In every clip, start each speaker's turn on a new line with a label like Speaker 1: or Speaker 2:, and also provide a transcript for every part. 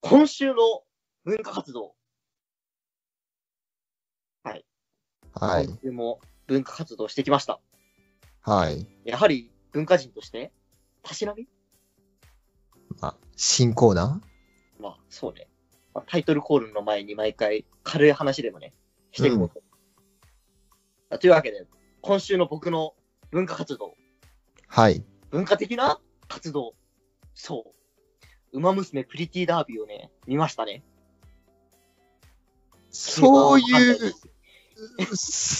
Speaker 1: 今週の文化活動。
Speaker 2: はい
Speaker 1: 今。週も文化活動してきました。
Speaker 2: はい。
Speaker 1: やはり文化人として、たしなみ
Speaker 2: まあ、新コーナ
Speaker 1: まあ、そうね。まあ、タイトルコールの前に毎回軽い話でもね、していこうと。というわけで、今週の僕の文化活動、
Speaker 2: ーはい。
Speaker 1: 文化的な活動、そう。ウマ娘プリティダービーをね、見ましたね。
Speaker 2: そうい
Speaker 1: わかんな
Speaker 2: う
Speaker 1: です、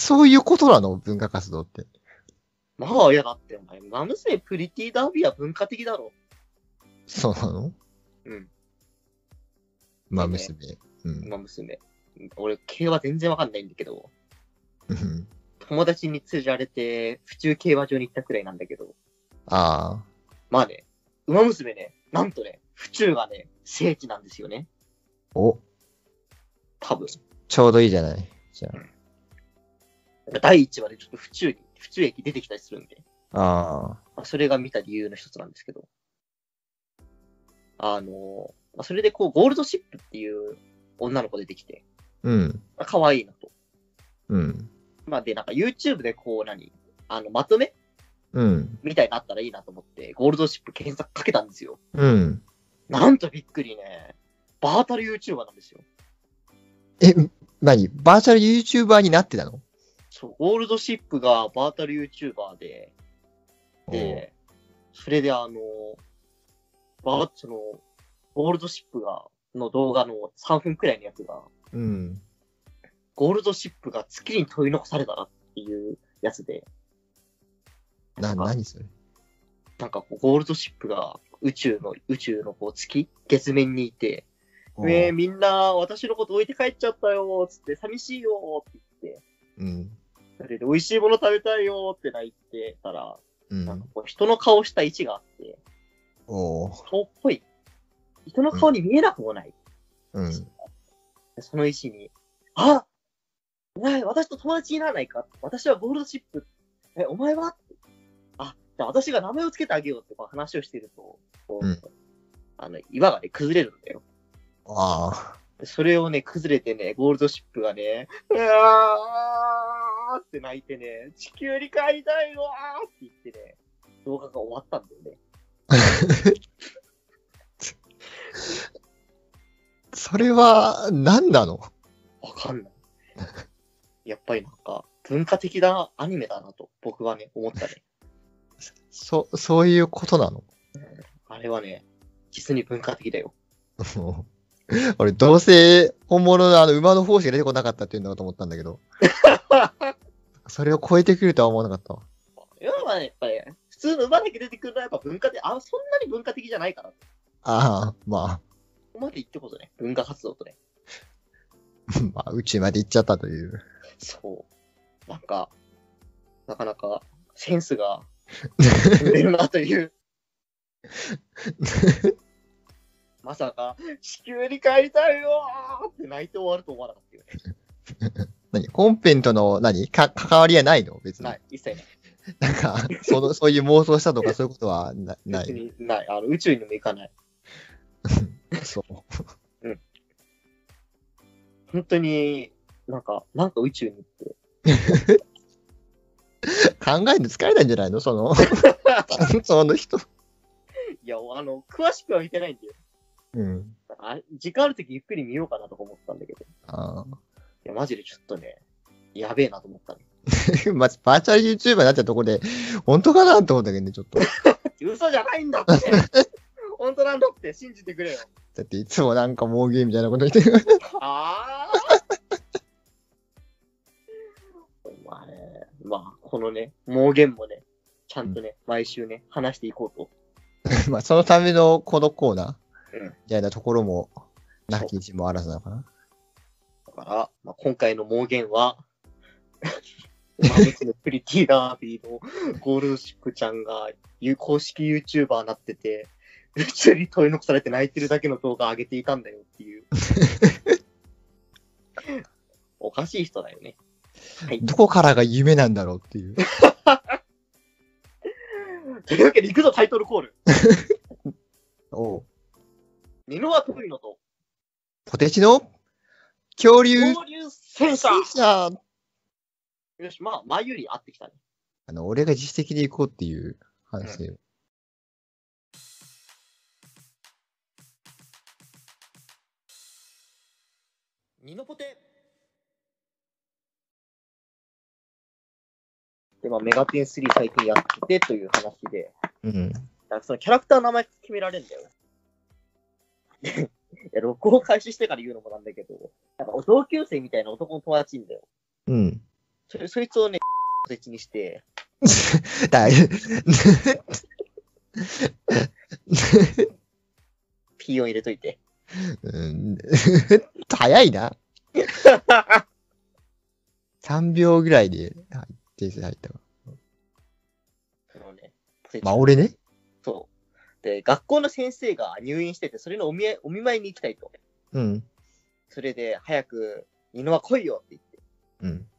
Speaker 2: そういうことなの文化活動って。
Speaker 1: まあ、いやだって、お前、ウマ娘プリティダービーは文化的だろ。
Speaker 2: そうなの
Speaker 1: うん。
Speaker 2: まあ、娘。う
Speaker 1: ウ
Speaker 2: ん
Speaker 1: マ娘。俺、系は全然わかんないんだけど、
Speaker 2: うん。
Speaker 1: 友達に連れられて、府中競馬場に行ったくらいなんだけど、
Speaker 2: あ
Speaker 1: まあね、馬娘ね、なんとね、府中がね、聖地なんですよね。
Speaker 2: あ。お、
Speaker 1: 多分。
Speaker 2: ちょうどいいじゃない。じゃ
Speaker 1: 第1話でちょっと府中に、府中駅出てきたりするんで、
Speaker 2: あ。あ
Speaker 1: まあ、それが見た理由の一つなんですけど。あのーまあ、それでこう、ゴールドシップっていう女の子出てきて、
Speaker 2: あ。うん。
Speaker 1: まあ、可愛いなと。
Speaker 2: うん。
Speaker 1: まあで、なんか YouTube でこう、何あの、まとめ
Speaker 2: うん。
Speaker 1: みたいになったらいいなと思って、ゴールドシップ検索かけたんですよ。
Speaker 2: うん。
Speaker 1: なんとびっくりね、バータル YouTuber なんですよ。
Speaker 2: え、何バーチャル YouTuber になってたの
Speaker 1: そう、ゴールドシップがバータル YouTuber で、で、それであの、バーその、ゴールドシップが、の動画の3分くらいのやつが、
Speaker 2: おうん。
Speaker 1: ゴールドシップが月に取り残されたなっていうやつで、
Speaker 2: な、何それ
Speaker 1: なんかこう、ゴールドシップが宇宙の、宇宙のこう月月面にいて、えー、みんな私のこと置いて帰っちゃったよー、つって、寂しいよーって言って、
Speaker 2: うん。
Speaker 1: それで美味しいもの食べたいよーって泣いてたら、
Speaker 2: う
Speaker 1: なんか
Speaker 2: ん。
Speaker 1: こう人の顔した位置があって、
Speaker 2: おー
Speaker 1: 顔っぽい。人の顔に見えなくもない。
Speaker 2: うん。
Speaker 1: その石に、あお前、私と友達にならないか私はゴールドシップ。え、お前はあ、じゃあ私が名前をつけてあげようってこう話をしてると、こう
Speaker 2: うん
Speaker 1: あの、岩がね、崩れるんだよ。
Speaker 2: ああ。
Speaker 1: それをね、崩れてね、ゴールドシップがね、うわーって泣いてね、地球に帰りたいわーって言ってね、動画が終わったんだよね。
Speaker 2: それは、何なの
Speaker 1: わか んない。やっぱりなんか、文化的なアニメだなと、僕はね、思った ね。
Speaker 2: そ、そういうことなの
Speaker 1: あれはね、実に文化的だよ。
Speaker 2: 俺、どうせ本物のあの馬の胞子が出てこなかったっていうのかと思ったんだけど、それを超えてくるとは思わなかったわ。
Speaker 1: 要はね、やっぱり、普通の馬だけ出てくるのはやっぱ文化的、あ、そんなに文化的じゃないから。こ
Speaker 2: ああ、ま
Speaker 1: こまで言ってことね、文化活動とね。
Speaker 2: あ、 まあ、宇宙まで行っちゃったという。
Speaker 1: そう。なんか、なかなか、センス が、出るなと いう。まさか、地球に帰りたいよーって泣いて終わると思わなかったよね。
Speaker 2: 何本編との何、か、関わりはないの別に。
Speaker 1: ない、一切ない。
Speaker 2: なんか、その、そういう妄想したとかそういうことはなな
Speaker 1: 別
Speaker 2: い。
Speaker 1: にない。あの宇宙にも行かない。
Speaker 2: そう。
Speaker 1: 本当に、なんか、なんか宇宙に行って。
Speaker 2: 考えるの疲れたんじゃないのその、 その人。
Speaker 1: いや、あの、詳しくは見てないんだよ。
Speaker 2: うん。
Speaker 1: あ時間あるときゆっくり見ようかなとか思ったんだけど。い
Speaker 2: あ
Speaker 1: や、マジでちょっとね、やべえなと思ったね。
Speaker 2: あ。まず、バーチャル YouTuber になっちゃったとこで、本当かなと思ったけどね、ちょっと。
Speaker 1: 嘘じゃないんだ って本当なんだって信じてくれよ。
Speaker 2: だっていつもなんかもうゲーみたいなこと言ってる。
Speaker 1: はあお前、まあ、このね、盲言もね、ちゃんとね、毎週ね、話していこうと。
Speaker 2: まあそのためのこのコーナー
Speaker 1: うん
Speaker 2: みたいなところも、なき一もあらずなのかな。
Speaker 1: だから、まあ、今回の盲言は、 マムスのプリティダービーのゴールドシップちゃんが有公式 YouTuber になってて、宇宙に取り残されて泣いてるだけの動画上げていたんだよっていう。 おかしい人だよね。
Speaker 2: どこからが夢なんだろうっていう。
Speaker 1: というわけで行くぞタイトルコール。
Speaker 2: おう
Speaker 1: 美濃は遠いのと、
Speaker 2: ポテチの恐竜
Speaker 1: 交流戦車
Speaker 2: 者
Speaker 1: よし、まあ、前より合ってきたね。
Speaker 2: あの、俺が自主的に行こうっていう話を。
Speaker 1: ニノポテで、まあ、メガテン3最近やっててという話で、
Speaker 2: うん。
Speaker 1: なんかそのキャラクターの名前決められるんだよ。 いや、録音開始してから言うのもなんだけど、なんか同級生みたいな男の友達いんだよ。
Speaker 2: うん。
Speaker 1: そそいつをね、ポテチにして、
Speaker 2: だい
Speaker 1: P を入れといて。
Speaker 2: うん、 早いな。3秒ぐらいで、はい、訂正入ったわ。
Speaker 1: そのね、ポテチ
Speaker 2: まあ、俺ね。
Speaker 1: そう。で、学校の先生が入院してて、それのお見えお見舞いに行きたいと。
Speaker 2: うん。
Speaker 1: それで、早く、ニノは来いよって言って
Speaker 2: うん。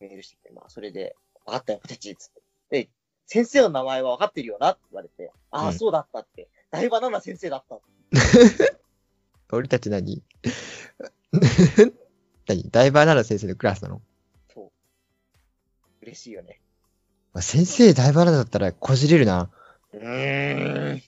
Speaker 1: メールしてきて、まあ、それで、分かったよ、ポテチっつって。で、先生の名前は分かってるよなって言われて、あ
Speaker 2: う
Speaker 1: あ、
Speaker 2: ん
Speaker 1: そうだったって。だいばなな先生だった。
Speaker 2: 俺たち何 何ダイバーなら先生のクラスなの、
Speaker 1: そう。嬉しいよね。
Speaker 2: まあ、先生ダイバーならだったらこじれるな。
Speaker 1: うーん。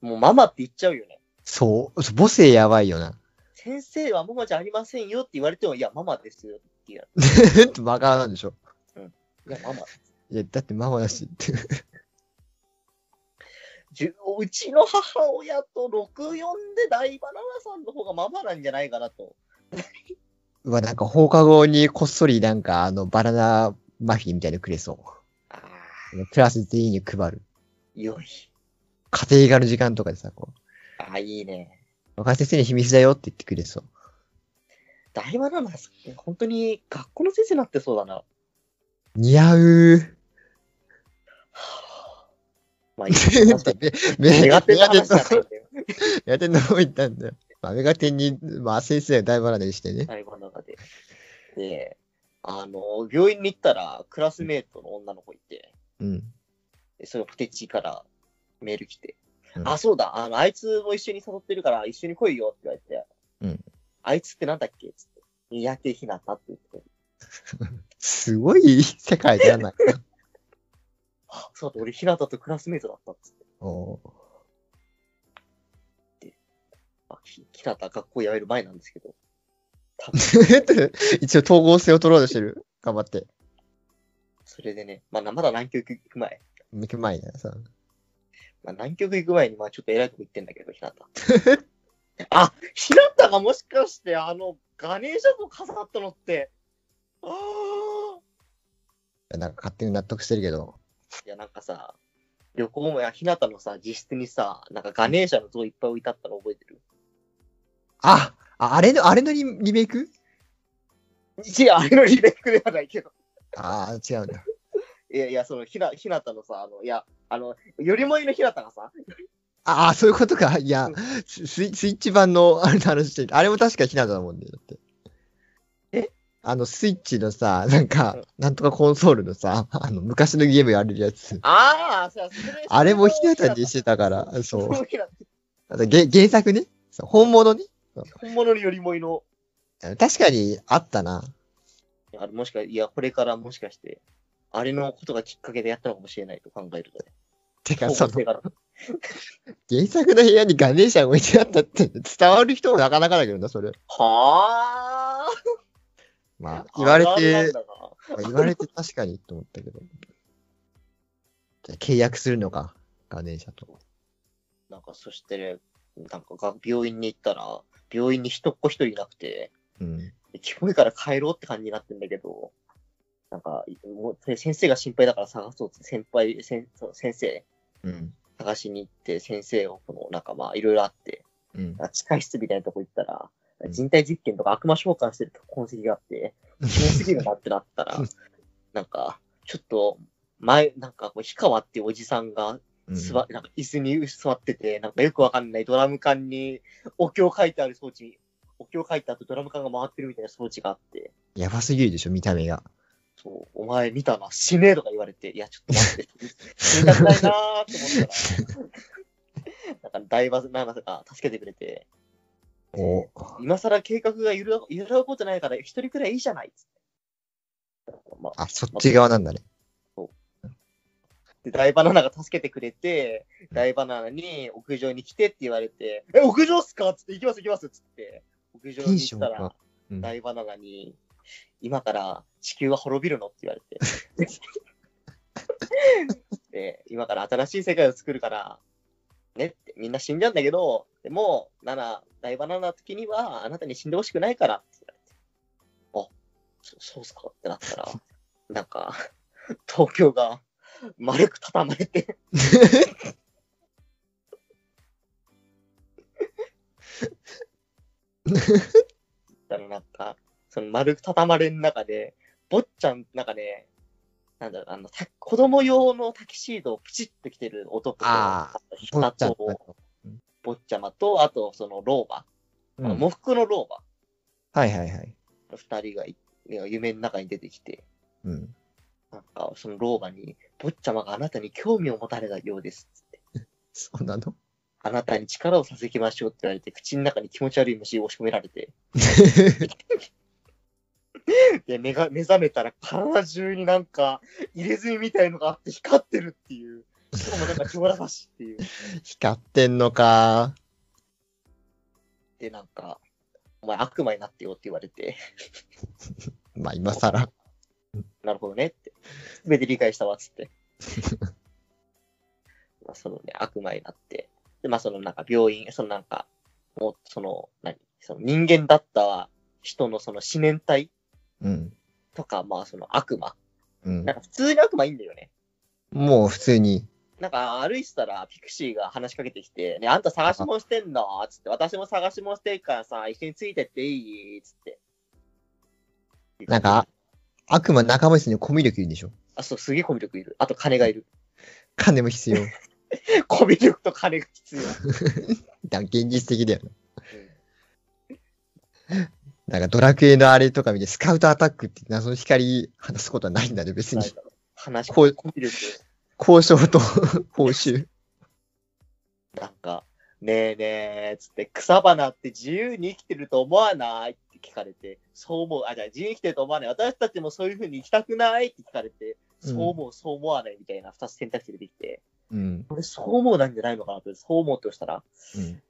Speaker 1: もうママって言っちゃうよね。
Speaker 2: そう。そう母性やばいよな。
Speaker 1: 先生はママじゃありませんよって言われても、いや、ママですよって言う
Speaker 2: バカなんでしょ。
Speaker 1: やいや、ママ。
Speaker 2: いや、だってママだし って。
Speaker 1: じゅうちの母親と64で大バナナさんの方がママなんじゃないかなと。
Speaker 2: うわ、なんか放課後にこっそりなんかあのバナナマフィンみたいなのくれそう。
Speaker 1: ああ、
Speaker 2: クラス全員に配る。
Speaker 1: 良い。
Speaker 2: 家庭科の時間とかでさ、こう。
Speaker 1: ああ、いいね。
Speaker 2: 若先生に秘密だよって言ってくれそう。
Speaker 1: 大バナナさんって本当に学校の先生になってそうだな。
Speaker 2: 似合う。
Speaker 1: まあ、いいね確か に
Speaker 2: メ
Speaker 1: メ
Speaker 2: メ
Speaker 1: ガ
Speaker 2: ガ
Speaker 1: テン
Speaker 2: テン
Speaker 1: の
Speaker 2: の話
Speaker 1: 話じ
Speaker 2: だ
Speaker 1: ゃないんだよ。
Speaker 2: ねメガテンの方行ったんだよ。まあ、メガテンに、まあ、先生は大バナナにしてね。
Speaker 1: 大バナナで。で、あの、病院に行ったら、クラスメートの女の子いて、
Speaker 2: うん。
Speaker 1: でそれポテチからメール来て、
Speaker 2: うん
Speaker 1: あ、そうだ、あの、あいつも一緒に誘ってるから、一緒に来いよって言われて、
Speaker 2: うん
Speaker 1: あいつってなんだっけつって、三宅ひなたって言って。
Speaker 2: すごい世界じゃない。
Speaker 1: あそうだ、俺、日向とクラスメイトだったっつって。
Speaker 2: おー
Speaker 1: あ、ひ日向、学校辞める前なんですけど。多分
Speaker 2: 一応統合性を取ろうとしてる。頑張って。
Speaker 1: それでね、まあ、なまだ南極行く前。
Speaker 2: 向く前だなさ。
Speaker 1: まあ、南極行く前に、まあ、ちょっと偉いとこ行ってんだけど、日向。 あ、日向がもしかして、あの、ガネーシャと飾ったのって、ああ。
Speaker 2: なんか勝手に納得してるけど。
Speaker 1: いや、なんかさ、旅行もや、日向のさ、自室にさ、なんかガネーシャの像いっぱい置いてあったの覚えてる
Speaker 2: あああれの、あれのリリメイク
Speaker 1: いや、あれのリメイクではないけど。
Speaker 2: ああ、違うんだ。
Speaker 1: いやいや、その、ひな、ひなたのさ、あの、いや、あの、よりもいのひなたがさ、
Speaker 2: ああ、そういうことか。いや、ススイスイッチ版のあれの話してるあれも確かひなただもんね。だって。
Speaker 1: え
Speaker 2: あの、スイッチのさ、なんか、なんとかコンソールのさ、あの、昔のゲームやれるやつ。
Speaker 1: ああ、そうやそれ
Speaker 2: あれもひなたにしてたから、
Speaker 1: そ
Speaker 2: そうう。
Speaker 1: ひなた
Speaker 2: あとげ原作ね。そう本物ね。
Speaker 1: 本物のよりもいの。
Speaker 2: 確かにあったな。
Speaker 1: あれもしか、いや、これからもしかして、あれのことがきっかけでやったのかもしれないと考えるとね。
Speaker 2: てか、
Speaker 1: 高
Speaker 2: そ
Speaker 1: 校
Speaker 2: の、
Speaker 1: 生から
Speaker 2: 原作の部屋にガネーシャが置いてあったって伝わる人もなかなかだけどな、それ。
Speaker 1: は
Speaker 2: ま
Speaker 1: あ。、
Speaker 2: あ言われ
Speaker 1: あるある
Speaker 2: て
Speaker 1: な、んだな
Speaker 2: まあ言われて確かにと思ったけど。じゃあ契約するのか、ガネーシャと。
Speaker 1: なんか、そしてね、なんかが、病院に行ったら、病院に人っ子一人いなくて、
Speaker 2: うん。
Speaker 1: キモいから帰ろうって感じになってんだけど、なんか、もうそれ先生が心配だから探そうって、先輩、先その先生、
Speaker 2: うん。
Speaker 1: 探しに行って、先生を、この、なんかまあ、いろいろあって、
Speaker 2: うん。
Speaker 1: なんか地下室みたいなとこ行ったら、
Speaker 2: うん
Speaker 1: 人体実験とか悪魔召喚してる痕跡があって、キモすぎるなってなったら、なんか、ちょっと、前、なんか、氷川っていうおじさんが、すば、なんか椅子に座ってて、なんかよくわかんないドラム缶にお経書いてある装置、お経書いた後ドラム缶が回ってるみたいな装置があって、
Speaker 2: やばすぎるでしょ、見た目が。
Speaker 1: そう、お前見たな、死ねえとか言われて、いや、ちょっと待って、死にたくないなーって思ったら、なんか大バズ、なんか助けてくれて、
Speaker 2: お
Speaker 1: 今更計画が揺ら揺らぐことないから、一人くらいいいじゃないっつって。まあ、
Speaker 2: あ、そっち側なんだね。
Speaker 1: で、大バナナが助けてくれて、大バナナに屋上に来てって言われて、え、屋上っすかっつって、行きます行きますっつって、屋上に行った
Speaker 2: テンションが
Speaker 1: ら、
Speaker 2: うん
Speaker 1: 大バナナに、今から地球は滅びるのって言われ て。で、今から新しい世界を作るから、ねって、みんな死んじゃうんだけど、でも、なら、大バナナの時には、あなたに死んでほしくないからって言われて。あ、そそうっすかってなったら、なんか、東京が丸く畳まれて、だろなんか、その丸く畳まれん中で、坊ちゃん、なんかね、なんだろう、あの、た子供用のタキシードをプチッと着てる男と、
Speaker 2: あー
Speaker 1: と人と、坊ちゃまと、あと、その老婆、
Speaker 2: うん
Speaker 1: あの喪服の老婆、
Speaker 2: はいはいはい。
Speaker 1: 二人がい夢の中に出てきて、
Speaker 2: うん。
Speaker 1: なんか、その老婆に、坊ちゃまがあなたに興味を持たれたようですっつって。
Speaker 2: そうな の
Speaker 1: あなたに力を授けましょうって言われて、口の中に気持ち悪い虫を押し込められて、 で目が目覚めたら体中になんか入れ墨みたいのがあって光ってるっていう。しかもなんか上ラ橋っていう。
Speaker 2: 光ってんのか。
Speaker 1: で、なんか、お前悪魔になってよって言われて、
Speaker 2: まあ今更。
Speaker 1: なるほどねって。すべて理解したわっつって。 まあそのね、悪魔になって。で、まあそのなんか病院、そのなんか、もうその、何その人間だった人のその四面体
Speaker 2: うん。
Speaker 1: とか、まあその悪魔。
Speaker 2: うん
Speaker 1: なん。か普通に悪魔いいんだよね。
Speaker 2: もう普通に。
Speaker 1: なんか歩いてたら、ピクシーが話しかけてきて、ね、あんた探し物してんのつって、私も探し物してるからさ、一緒についてっていいつって。
Speaker 2: なんか、悪魔仲間ですね。コミュ力いるんでしょ。
Speaker 1: あ、そう、すげえコミュ力いる。あと金がいる。
Speaker 2: 金も必要。
Speaker 1: コミュ力と金が必要。
Speaker 2: だ現実的だよね。なんかドラクエのあれとか見て、スカウトアタックって謎の光放すことはないんだね、別に
Speaker 1: なん。だろう話し
Speaker 2: こう
Speaker 1: コミュ力。
Speaker 2: 交渉と 報酬。
Speaker 1: なんか、ねえねえ、つって、草花って自由に生きてると思わないって聞かれて、そう思う。あ、じゃあ自由に生きてると思わない。私たちもそういう風に生きたくないって聞かれて、そう思う、そう思わないみたいな二つ選択肢出てきて、
Speaker 2: うん。
Speaker 1: 俺そう思うなんじゃないのかなって、そう思うって押したら、
Speaker 2: うん。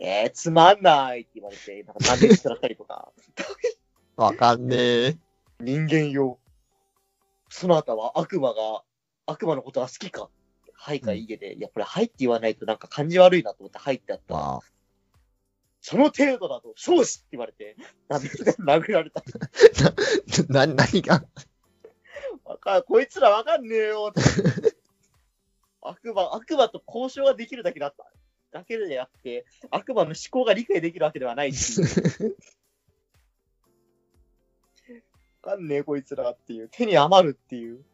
Speaker 1: えー、つまんないって言われて、なんかダメージ食らったりとか、
Speaker 2: わかんねえ。
Speaker 1: 人間用。その後は悪魔が、悪魔のことは好きかはいかいいえで、いや、これはいって言わないとなんか感じ悪いなと思ってはいってやったら、
Speaker 2: わあ。
Speaker 1: その程度だと、少子って言われて、殴殴られた。
Speaker 2: な、何が
Speaker 1: わかこいつらわかんねえよ って。悪魔、悪魔と交渉ができるだけだった。だけであって、悪魔の思考が理解できるわけではないし。わかんねえ、こいつらっていう。手に余るっていう。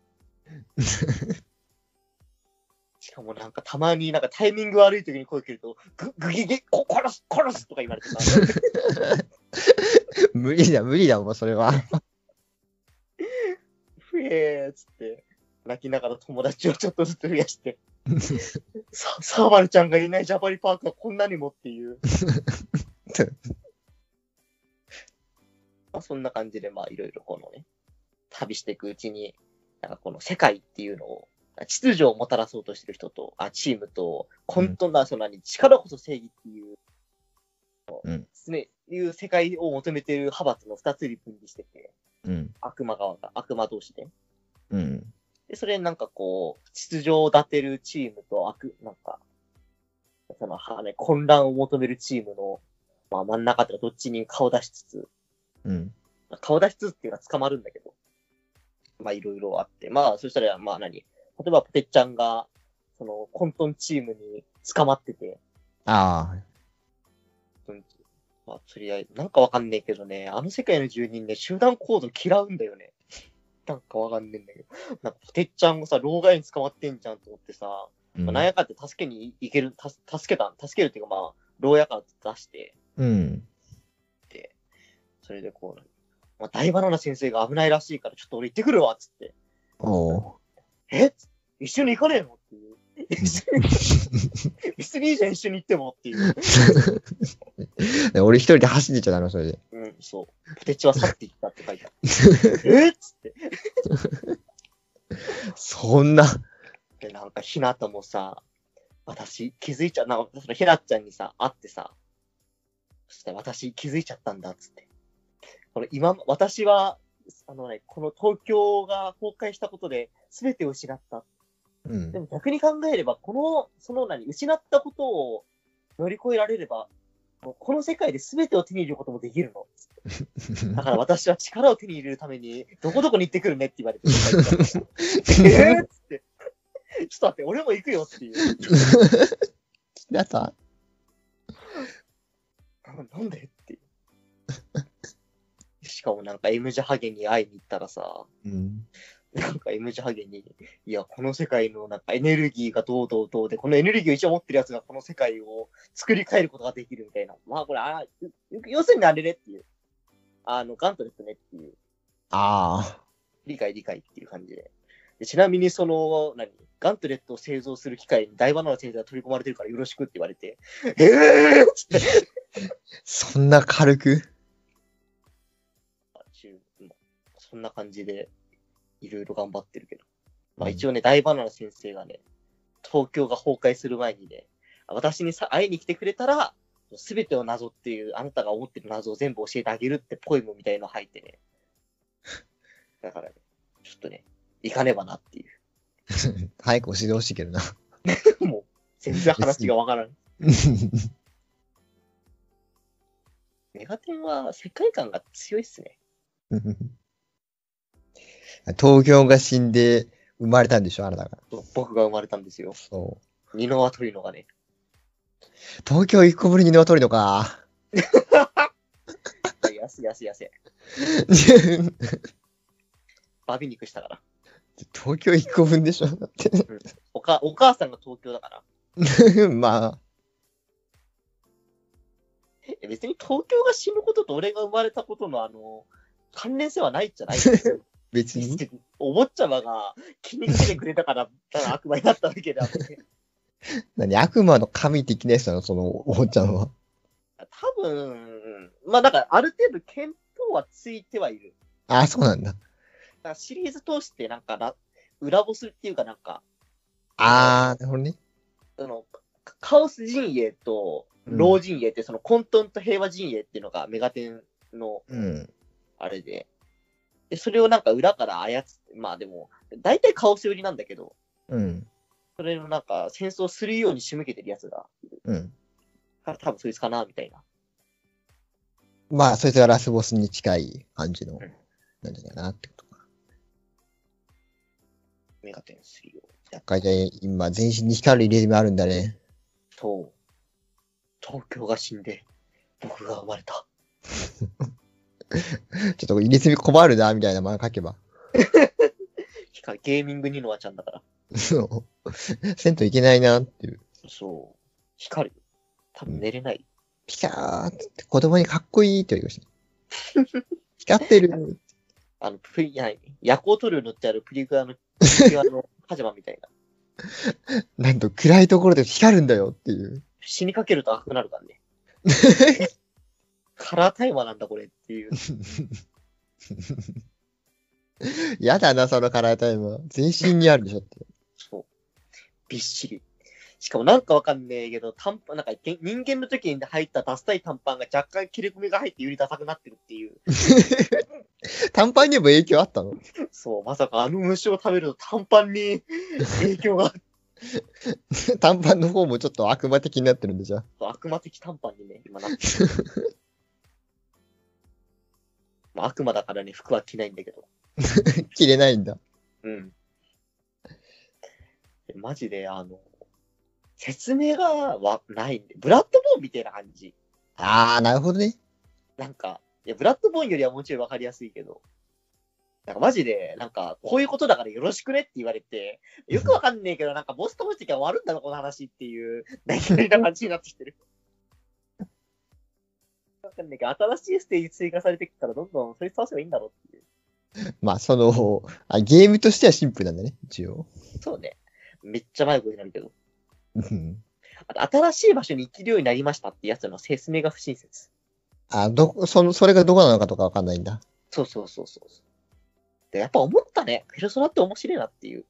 Speaker 1: しかもなんかたまになんかタイミング悪い時に声をけると、ぐ、ぐぎぎ、こ殺す、殺すとか言われてさ。
Speaker 2: 無理だ、無理だ、お前、それ は。
Speaker 1: ふえーっつって、泣きながら友達をちょっとずつ増やして、さサーバルちゃんがいないジャパリパークはこんなにもって いう。まあそんな感じで、まあいろいろこのね、旅していくうちに、なんかこの世界っていうのを、秩序をもたらそうとしてる人と、あチームと、混沌な、その何、力こそ正義っていう、
Speaker 2: うん
Speaker 1: ね、いう世界を求めてる派閥の二つに分離してて、
Speaker 2: うん。
Speaker 1: 悪魔側が、悪魔同士で。
Speaker 2: うん。
Speaker 1: で、それなんかこう、秩序を立てるチームと悪、なんか、その、はね、混乱を求めるチームの、まあ真ん中っていうかどっちに顔出しつつ、
Speaker 2: うん。
Speaker 1: まあ顔出しつつっていうのは捕まるんだけど、まあいろいろあって、まあそしたら、まあ何例えば、ポテッちゃんが、その、混沌チームに捕まってて、
Speaker 2: ああ。
Speaker 1: うんまあとりあえず、なんかわかんねえけどね、あの世界の住人ね、集団行動嫌うんだよね。なんかわかんねえんだけど、なんかポテッちゃんもさ、老害に捕まってんじゃんと思ってさ、
Speaker 2: うん
Speaker 1: まあ、なんやかんって助けに行ける、たす助けた、助けるっていうかまあ、牢屋から出して、
Speaker 2: うん。
Speaker 1: それでこう、まあ、大バナナ先生が危ないらしいから、ちょっと俺行ってくるわ、つって。
Speaker 2: おう。
Speaker 1: え一緒に行かねえのっていう。一緒に一緒にいいじゃん、一緒に行ってもっていう。
Speaker 2: で俺一人で走ってっちゃダメ、それで。
Speaker 1: うん、そう。ポテチは去っていったって書いてある。えっつって。
Speaker 2: そんな、
Speaker 1: で、なんか、ひなたもさ、私、気づいちゃ、なんか、そのひなちゃんにさ、会ってさ、そして私、気づいちゃったんだ、っつって。この今、私は、あのね、この東京が崩壊したことで、全てを失った。
Speaker 2: うん
Speaker 1: で。も逆に考えれば、この、その何、失ったことを乗り越えられれば、もうこの世界で全てを手に入れることもできるの。だから私は力を手に入れるために、どこどこに行ってくるねって言われて。えーっつって。ちょっと待って、俺も行くよっていう。
Speaker 2: 皆さん、
Speaker 1: なんでって いう。しかもなんか M ジャハゲに会いに行ったらさ、
Speaker 2: うん、
Speaker 1: なんか M ジャハゲに、いや、この世界のなんかエネルギーがどうどうどうで、このエネルギーを一応持ってるやつがこの世界を作り変えることができるみたいな。まあこれ、ああ、よ要するにあれねっていう。あの、ガントですねっていう。
Speaker 2: あ
Speaker 1: 理解理解っていう感じで。でちなみにその、何ガントレットを製造する機械にダイバナの製造が取り込まれてるからよろしくって言われて、えーっつって。
Speaker 2: あ、そんな軽く
Speaker 1: そんな感じで、いろいろ頑張ってるけど。まあ一応ね、大バナナ先生がね、東京が崩壊する前にね、私にさ会いに来てくれたら、すべてを謎っていう、あなたが思ってる謎を全部教えてあげるってポエムみたいの入ってね。 だからね、ちょっとね、行かねばなってい
Speaker 2: 早く教えてほしいけどな。
Speaker 1: う。もう、全然話がわからん。メガテンは世界観が強いっすね。
Speaker 2: 東京が死んで生まれたんでしょ、あなたが。
Speaker 1: 僕が生まれたんですよ。
Speaker 2: そ
Speaker 1: 二の輪鳥のがね。
Speaker 2: う。東京一個ぶりに縄取りのか。
Speaker 1: やせやせやせ。
Speaker 2: 東
Speaker 1: バビ肉したから。
Speaker 2: 京一個分でしょ、 だって。
Speaker 1: おかお母さんが東京だから。
Speaker 2: まあ、
Speaker 1: え別に東京が死ぬことと俺が生まれたことのあの、関連性はないんじゃないですよ
Speaker 2: 別に。
Speaker 1: 別にお坊ちゃまが気に来てくれたから、ただ悪魔になっただけであって。
Speaker 2: 何、悪魔の神的なやつなの、そのお坊ちゃんは。
Speaker 1: 多分、まあだからある程度見当はついてはいる。
Speaker 2: ああ、そうなんだ。
Speaker 1: だからシリーズ通してなんかな裏ボスっていうかなんか、
Speaker 2: ああ、なるほどね。
Speaker 1: そのカカオス陣営と
Speaker 2: うん
Speaker 1: 老陣営って、その混沌と平和陣営っていうのがメガテンの
Speaker 2: うん。
Speaker 1: あれで、でそれをなんか裏から操って、まあでも、大体カオス寄りなんだけど、
Speaker 2: うん。
Speaker 1: それのなんか戦争するように仕向けてるやつが、
Speaker 2: うん。
Speaker 1: た多分そいつかな、みたいな。
Speaker 2: まあ、そいつがラスボスに近い感じの
Speaker 1: ん、
Speaker 2: なんじゃないかなってことか。
Speaker 1: メガテン3をやっ
Speaker 2: 会社今、全身に光る入れ目あるんだね。
Speaker 1: と、東京が死んで、僕が生まれた。
Speaker 2: ちょっと入れ墨困るな、みたいな漫画書けば。
Speaker 1: しかもゲーミングニノアちゃんだから。
Speaker 2: そう。せんといけないな、っていう。
Speaker 1: そう。光る。多分寝れない。
Speaker 2: ピカーってって子供にかっこいいって言われました。 光ってる。
Speaker 1: あの、プリ、ない夜光塗料塗ってあるプリクラの、プリクラの パジャマみたいな。
Speaker 2: なんと暗いところで光るんだよっていう。
Speaker 1: 死にかけると赤くなるからね。カラータイマーなんだこれっていう。
Speaker 2: やだな、そのカラータイムは。全身にあるでしょって。
Speaker 1: そう。びっしり。しかもなんかわかんねえけど、短パン、なんかげ人間の時に入ったダスタイ短パンが若干切れ込みが入ってよりダサくなってるっていう。
Speaker 2: 短パンにも影響あったの
Speaker 1: そう、まさかあの虫を食べると短パンに影響がある。
Speaker 2: 短パンの方もちょっと悪魔的になってるんでしょ
Speaker 1: 悪魔的短パンにね、今なってる。まあ悪魔だからね、服は着ないんだけど。
Speaker 2: 着れないんだ。
Speaker 1: うん。マジで、あの、説明がわないんで、ブラッドボーンみたいな感じ。
Speaker 2: あー、なるほどね。
Speaker 1: なんか、いや、ブラッドボーンよりはもうちろんわかりやすいけど、なんかマジで、なんか、こういうことだからよろしくねって言われて、よくわかんねえけど、なんかボスとも時は終わるんだろ、この話っていう、なきなりな感じになってきてる。わかんねえけど、新しいステージ追加されてきたら、どんどんそれ倒せばいいんだろうっていう。
Speaker 2: まあ、そのあ、ゲームとしてはシンプルなんだね、一応。
Speaker 1: そうね。めっちゃ迷子になるけど。
Speaker 2: うん
Speaker 1: あと、新しい場所に行けるようになりましたってやつの説明が不親切。
Speaker 2: あ、ど、その、それがどこなのかとかわかんないんだ。
Speaker 1: そうそうそうそう。で、やっぱ思ったね。ペルソナって面白いなっていう。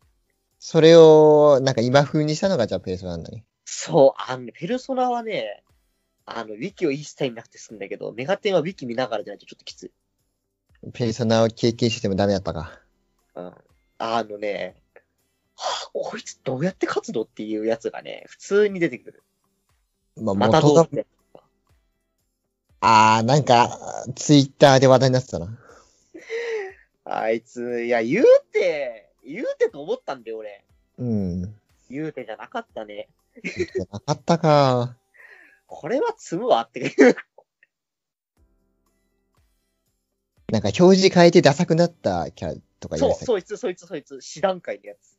Speaker 2: それを、なんか今風にしたのがじゃあペルソナなんだね。
Speaker 1: そう、あのね、ペルソナはね、あの、ウィキを一切見なくて済んだけど、メガテンはウィキ見ながらじゃないとちょっときつい。
Speaker 2: ペルソナを経験してもダメだったか。
Speaker 1: うん。あのね、はあ、こいつどうやって活動っていうやつがね、普通に出てくる。
Speaker 2: まあ、
Speaker 1: また
Speaker 2: 元
Speaker 1: どう
Speaker 2: が
Speaker 1: っ、て。
Speaker 2: あー、なんか、ツイッターで話題になってたな。
Speaker 1: あいつ、いや、言うて、言うてと思ったんだよ、俺。
Speaker 2: うん。じ
Speaker 1: 言うてじゃなかったね。
Speaker 2: ゃなかったか。
Speaker 1: これは積むわっていう。
Speaker 2: なんか表示変えてダサくなったキャラとか言
Speaker 1: そうう、
Speaker 2: やつだっけ
Speaker 1: そいつ、そいつ、そいつ、四段階のやつ。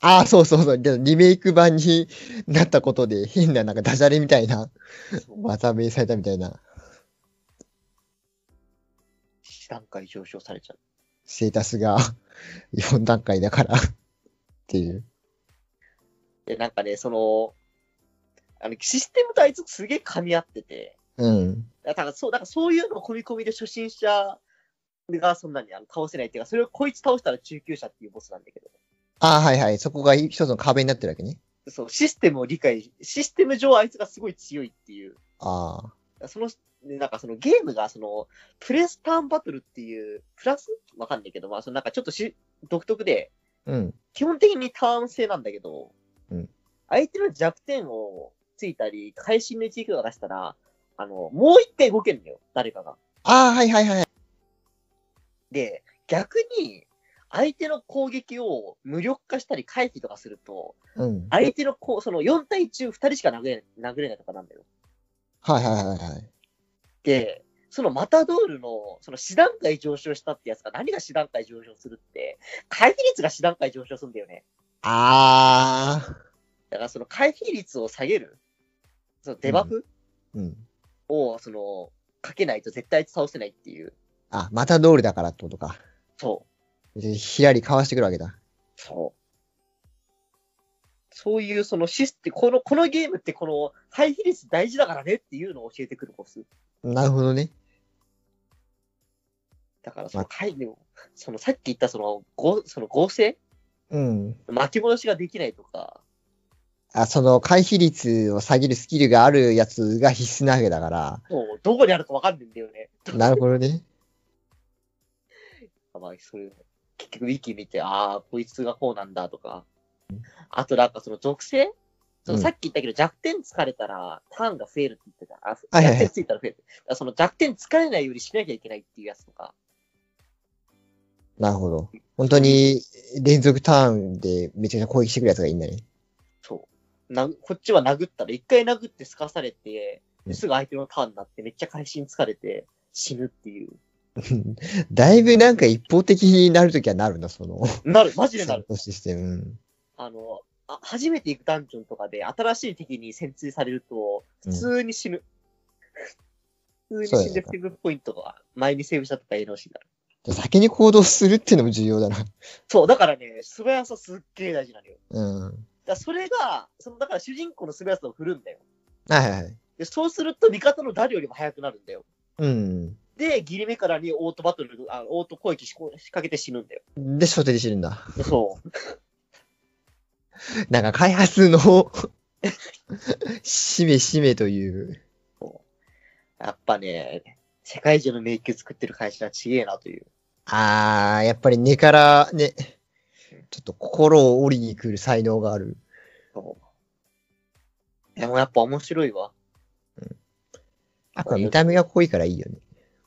Speaker 2: ああ、そうそうそう。でリメイク版になったことで、変ななんかダジャレみたいな、技名されたみたいな、
Speaker 1: 四段階上昇されちゃう。
Speaker 2: ステータスが 4段階だからっていう。
Speaker 1: で、なんかね、その、あの、システムとあいつすげえ噛み合ってて、
Speaker 2: うん。
Speaker 1: だからそう、だからそういうのを込み込みで初心者がそんなにあの倒せないっていうか、それをこいつ倒したら中級者っていうボスなんだけど、
Speaker 2: ああ、はいはい。そこが一つの壁になってるわけね。
Speaker 1: そう、システムを理解、システム上あいつがすごい強いっていう、
Speaker 2: ああ。
Speaker 1: その、ねなんかそのゲームがその、プレスターンバトルっていう、プラスわかんないけど、まあそのなんかちょっとし独特で、
Speaker 2: うん。
Speaker 1: 基本的にターン制なんだけど、
Speaker 2: うん
Speaker 1: 相手の弱点をついたり、会心の一撃を出したら、あの、もう一回動けるんだよ、誰かが。
Speaker 2: ああ、はいはいはい。
Speaker 1: で、逆に、相手の攻撃を無力化したり回避とかすると、
Speaker 2: うん。
Speaker 1: 相手のこう、その4対中2人しか殴れ殴れないとかなんだよ。
Speaker 2: はいはいはいはい。
Speaker 1: で、そのマタドールの、その4段階上昇したってやつが何が4段階上昇するって、回避率が4段階上昇するんだよね。
Speaker 2: ああ。
Speaker 1: だからその回避率を下げる、そのデバフ
Speaker 2: うん。
Speaker 1: を、その、かけないと絶対倒せないっていう。
Speaker 2: あ、またドールだからってことか。
Speaker 1: そう。
Speaker 2: でひらりかわしてくるわけだ。
Speaker 1: そう。そういう、そのシステム、この、このゲームってこの、回避率大事だからねっていうのを教えてくるボス。
Speaker 2: なるほどね。
Speaker 1: だから、その回避を、そのさっき言ったその、ごその合成
Speaker 2: うん。
Speaker 1: 巻き戻しができないとか、
Speaker 2: あ、その回避率を下げるスキルがあるやつが必須なわけだから。
Speaker 1: そう、どこにあるかわかんないんだよね。
Speaker 2: なるほどね。
Speaker 1: まあ、そういう、結局、ウィキ見て、ああ、こいつがこうなんだとか。あと、なんか、その属性その
Speaker 2: うん
Speaker 1: さっき言ったけど、弱点疲れたら、ターンが増えるって言ってた。あ、
Speaker 2: はいはい
Speaker 1: 弱点ついたら増える。だからその弱点疲れないようにしなきゃいけないっていうやつとか。
Speaker 2: なるほど。本当に連続ターンでめちゃくちゃ攻撃してくるやつがいいんだね。
Speaker 1: そう。なこっちは殴ったら、一回殴ってすかされて、
Speaker 2: うん
Speaker 1: すぐ相手のターンになって、めっちゃ会心疲れて、死ぬっていう。
Speaker 2: だいぶなんか一方的になるときはなるんだ、その。
Speaker 1: なる、マジでなる。
Speaker 2: 戦闘システム。
Speaker 1: あの、あ初めて行くダンジョンとかで新しい敵に潜追されると、
Speaker 2: うん
Speaker 1: 普通に 死ぬ。普
Speaker 2: そ
Speaker 1: 通
Speaker 2: う
Speaker 1: に死ん
Speaker 2: だよね
Speaker 1: でセーブポイントが前にセーブしたとかいうのしなる。
Speaker 2: うん先に行動するっていうのも重要だな。
Speaker 1: そう、だからね、素早さすっげえ大事なのよ。
Speaker 2: う
Speaker 1: だ
Speaker 2: ん。
Speaker 1: からそれが、その、だから主人公の素早さを振るんだよ。
Speaker 2: はいはいはい。
Speaker 1: で、そうすると味方の誰よりも速くなるんだよ。
Speaker 2: うん。
Speaker 1: で、ギリ目からにオートバトル、あオート攻撃しこ仕掛けて死ぬんだよ。
Speaker 2: で、初手にしてるんだ。
Speaker 1: でそう。
Speaker 2: なんか開発の、 しめしめという。
Speaker 1: やっぱね、世界中の迷宮作ってる会社はちげえなという。
Speaker 2: あー、やっぱり根からね、ちょっと心を折りに来る才能がある。
Speaker 1: そう。でもやっぱ面白いわ。
Speaker 2: あとは見た目が濃いからいいよね。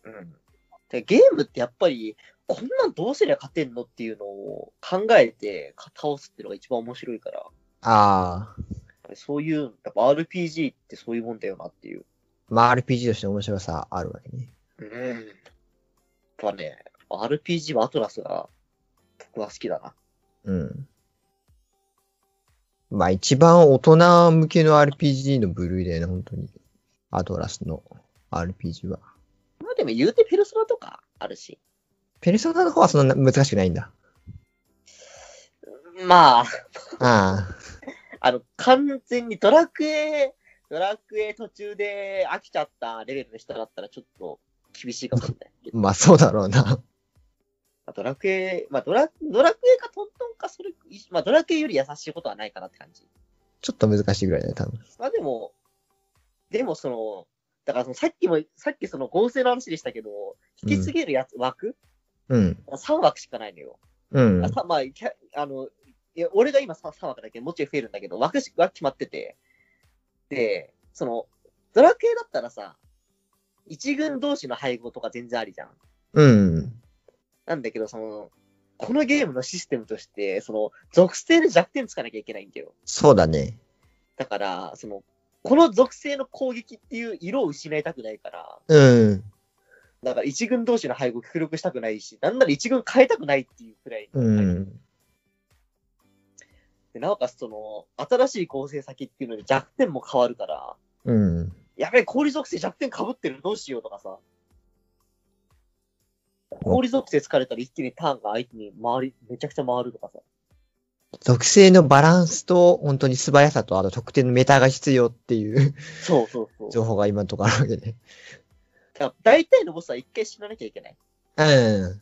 Speaker 1: うんでゲームってやっぱり、こんなんどうすりゃ勝てんのっていうのを考えてか倒すっていうのが一番面白いから、
Speaker 2: あー、
Speaker 1: そういう、やっぱ RPG ってそういうもんだよなっていう。
Speaker 2: まあ RPG として面白さあるわけね。
Speaker 1: うん。やっぱね、RPG はアトラスが僕は好きだな。
Speaker 2: うん。まあ一番大人向けの RPG の部類だよね、本当に。アトラスの RPG は。
Speaker 1: まあでも言うてペルソナとかあるし。
Speaker 2: ペルソナの方はそんな難しくないんだ。
Speaker 1: まあ、
Speaker 2: ああ。
Speaker 1: あの、完全にドラクエドラクエ途中で飽きちゃったレベルの人だったらちょっと厳しいかもしれないけど。
Speaker 2: まあそうだろうな。
Speaker 1: まあドラクエ、まあドラ、ドラクエかトントンか、それ、いまあドラクエより優しいことはないかなって感じ。
Speaker 2: ちょっと難しいぐらいだね、多分。
Speaker 1: まあでも、でもその、だからそのさっきも、さっきその合成の話でしたけど、引き継げるやつ、枠
Speaker 2: うん。
Speaker 1: ?3 枠しかないのよ。
Speaker 2: うん。
Speaker 1: あさまあ、キャあの、いや俺が今 3, 枠だけど、もうちょい増えるんだけど、枠しは決まってて。で、その、ドラクエだったらさ、一軍同士の配合とか全然ありじゃん。
Speaker 2: うん。
Speaker 1: なんだけど、その、このゲームのシステムとして、その、属性で弱点つかなきゃいけないんだよ。
Speaker 2: そうだね。
Speaker 1: だから、その、この属性の攻撃っていう色を失いたくないから、
Speaker 2: うん。
Speaker 1: だから一軍同士の配合協力したくないし、なんなら一軍変えたくないっていうくらい。
Speaker 2: うん。
Speaker 1: でなおかつその、新しい構成先っていうので弱点も変わるから、
Speaker 2: うん。
Speaker 1: やべえ、氷属性弱点被ってるどうしようとかさ。氷属性疲れたら一気にターンが相手に回り、めちゃくちゃ回るとかさ。
Speaker 2: 属性のバランスと、本当に素早さと、あと特定のメタが必要っていう
Speaker 1: そうそうそう。
Speaker 2: 情報が今のところあるわけで。
Speaker 1: だから大体のボスは一回死ななきゃいけない。
Speaker 2: うん。